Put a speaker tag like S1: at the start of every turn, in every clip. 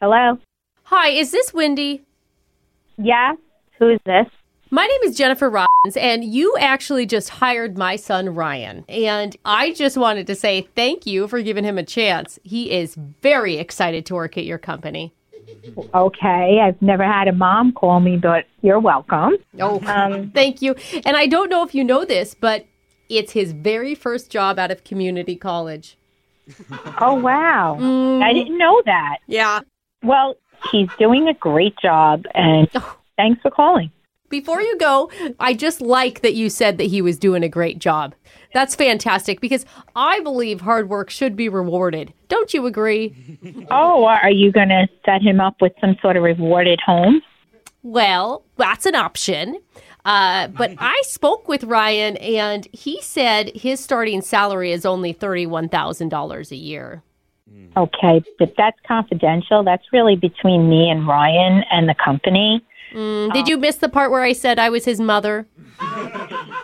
S1: Hello?
S2: Hi, is this Wendy?
S1: Yeah? Who is this?
S2: My name is Jennifer Robbins, and you actually just hired my son Ryan. And I just wanted to say thank you for giving him a chance. He is very excited to work at your company.
S1: Okay. I've never had a mom call me, but you're welcome.
S2: Oh, thank you. And I don't know if you know this, but it's his very first job out of community college.
S1: Oh, wow. I didn't know that.
S2: Yeah.
S1: Well, he's doing a great job, and thanks for calling.
S2: Before you go, I just like that you said that he was doing a great job. That's fantastic because I believe hard work should be rewarded. Don't you agree?
S1: Oh, are you going to set him up with some sort of reward at home?
S2: Well, that's an option. Uh, but I spoke with Ryan, and he said his starting salary is only thirty-one thousand dollars a year.
S1: Okay. If that's confidential, that's really between me and Ryan and the company.
S2: Mm, Did you miss the part where I said I was his mother?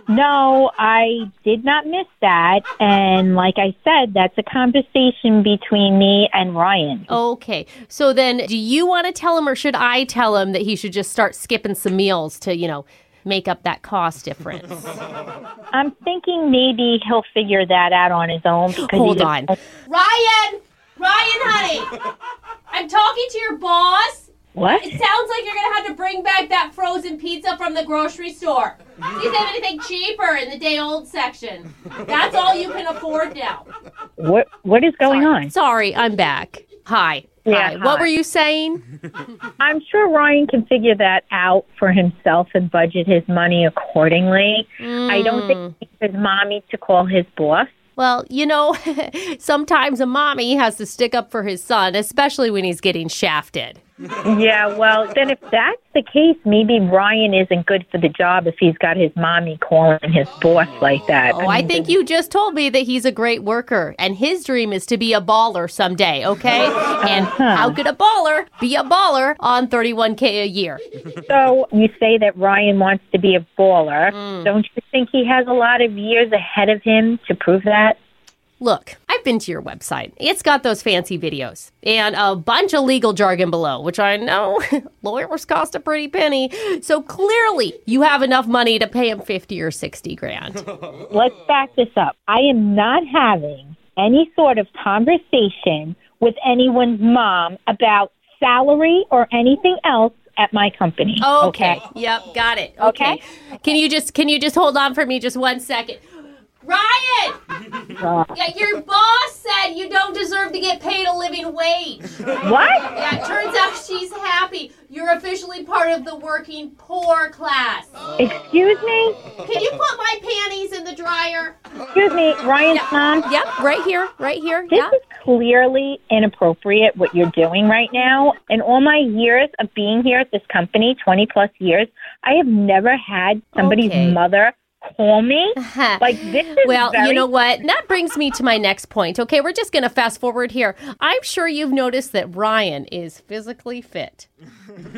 S1: No, I did not miss that. And like I said, that's a conversation between me and Ryan.
S2: Okay. So then, do you want to tell him, or should I tell him that he should just start skipping some meals to, you know, make up that cost difference?
S1: I'm thinking maybe he'll figure that out on his own. Because
S2: Hold
S1: he-
S2: on.
S3: Ryan! Ryan, honey! I'm talking to your boss.
S1: What?
S3: It sounds like you're gonna have to bring back that frozen pizza from the grocery store. See if they have anything cheaper in the day old section. That's all you can afford now.
S1: What? What is going on?
S2: Sorry, I'm back. Hi.
S1: Yeah,
S2: hi.
S1: hi.
S2: What were you saying?
S1: I'm sure Ryan can figure that out for himself and budget his money accordingly. I don't
S2: Hmm.
S1: think he needs his mommy to call his boss.
S2: Well, you know, sometimes a mommy has to stick up for his son, especially when he's getting shafted.
S1: Yeah, well, then if that's the case, maybe Ryan isn't good for the job if he's got his mommy calling his boss like that.
S2: Oh, I think you just told me that he's a great worker and his dream is to be a baller someday, okay? And how could a baller be a baller on 31K a year?
S1: So you say that Ryan wants to be a baller.
S2: Hmm.
S1: Don't you think he has a lot of years ahead of him to prove that?
S2: Look, I've been to your website. It's got those fancy videos and a bunch of legal jargon below, which I know lawyers cost a pretty penny. So clearly, you have enough money to pay him 50 or 60 grand.
S1: Let's back this up. I am not having any sort of conversation with anyone's mom about salary or anything else at my company.
S2: Okay. Yep, got it. Okay. Can you just can you just hold on for me just one second?
S3: Ryan! Yeah, your boss said you don't deserve to get paid a living wage.
S1: What?
S3: Yeah, it turns out she's happy. You're officially part of the working poor class.
S1: Excuse me?
S3: Can you put my panties in the dryer?
S1: Excuse me, Ryan's mom?
S2: Yep, right here, right here.
S1: This
S2: Yeah.
S1: is clearly inappropriate what you're doing right now. In all my years of being here at this company, 20 plus years, I have never had somebody's
S2: Okay.
S1: mother call me. Like, this is
S2: Well,
S1: very
S2: you know what? That brings me to my next point. Okay, we're just going to fast forward here. I'm sure you've noticed that Ryan is physically fit.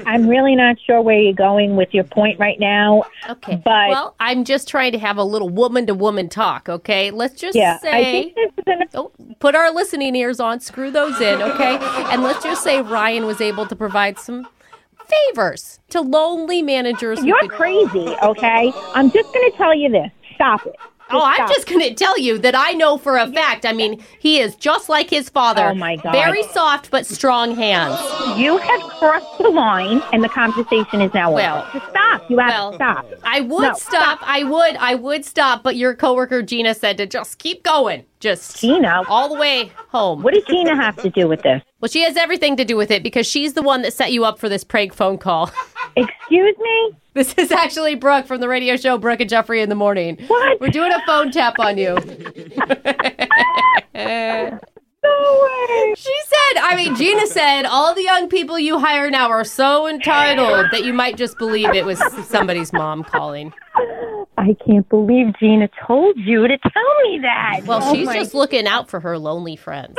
S1: I'm really not sure where you're going with your point right now.
S2: Okay.
S1: But-
S2: well, I'm just trying to have a little woman to woman talk, okay? Let's just
S1: Yeah, I
S2: say
S1: think this is an
S2: Oh, put our listening ears on, screw those in, okay? And let's just say Ryan was able to provide some favors to lonely managers. who
S1: You're
S2: could-
S1: crazy, okay? I'm just going to tell you this. Stop it.
S2: Oh, I'm
S1: stop.
S2: just going to tell you that I know for a fact. I mean, he is just like his father.
S1: Oh, my God.
S2: Very soft but strong hands.
S1: You have crossed the line, and the conversation is now
S2: Well,
S1: over. Just stop. You have
S2: well,
S1: to stop.
S2: I would
S1: No,
S2: stop. I would. I would stop. But your coworker Gina said to just keep going, just
S1: Gina,
S2: all the way home.
S1: what does Gina have to do with this?
S2: Well, she has everything to do with it because she's the one that set you up for this prank phone call.
S1: Excuse me?
S2: This is actually Brooke from the radio show Brooke and Jeffrey in the Morning.
S1: What?
S2: We're doing a phone tap on you.
S1: No way.
S2: She said, I mean, Gina said, all the young people you hire now are so entitled that you might just believe it was somebody's mom calling.
S1: I can't believe Gina told you to tell me that.
S2: Well,
S1: Oh
S2: she's
S1: my-
S2: just looking out for her lonely friends.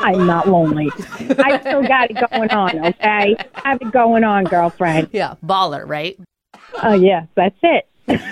S1: I'm not lonely. I still got it going on, okay? Have it going on, girlfriend. Uh,
S2: Yeah, baller, right?
S1: Oh, yeah, that's it.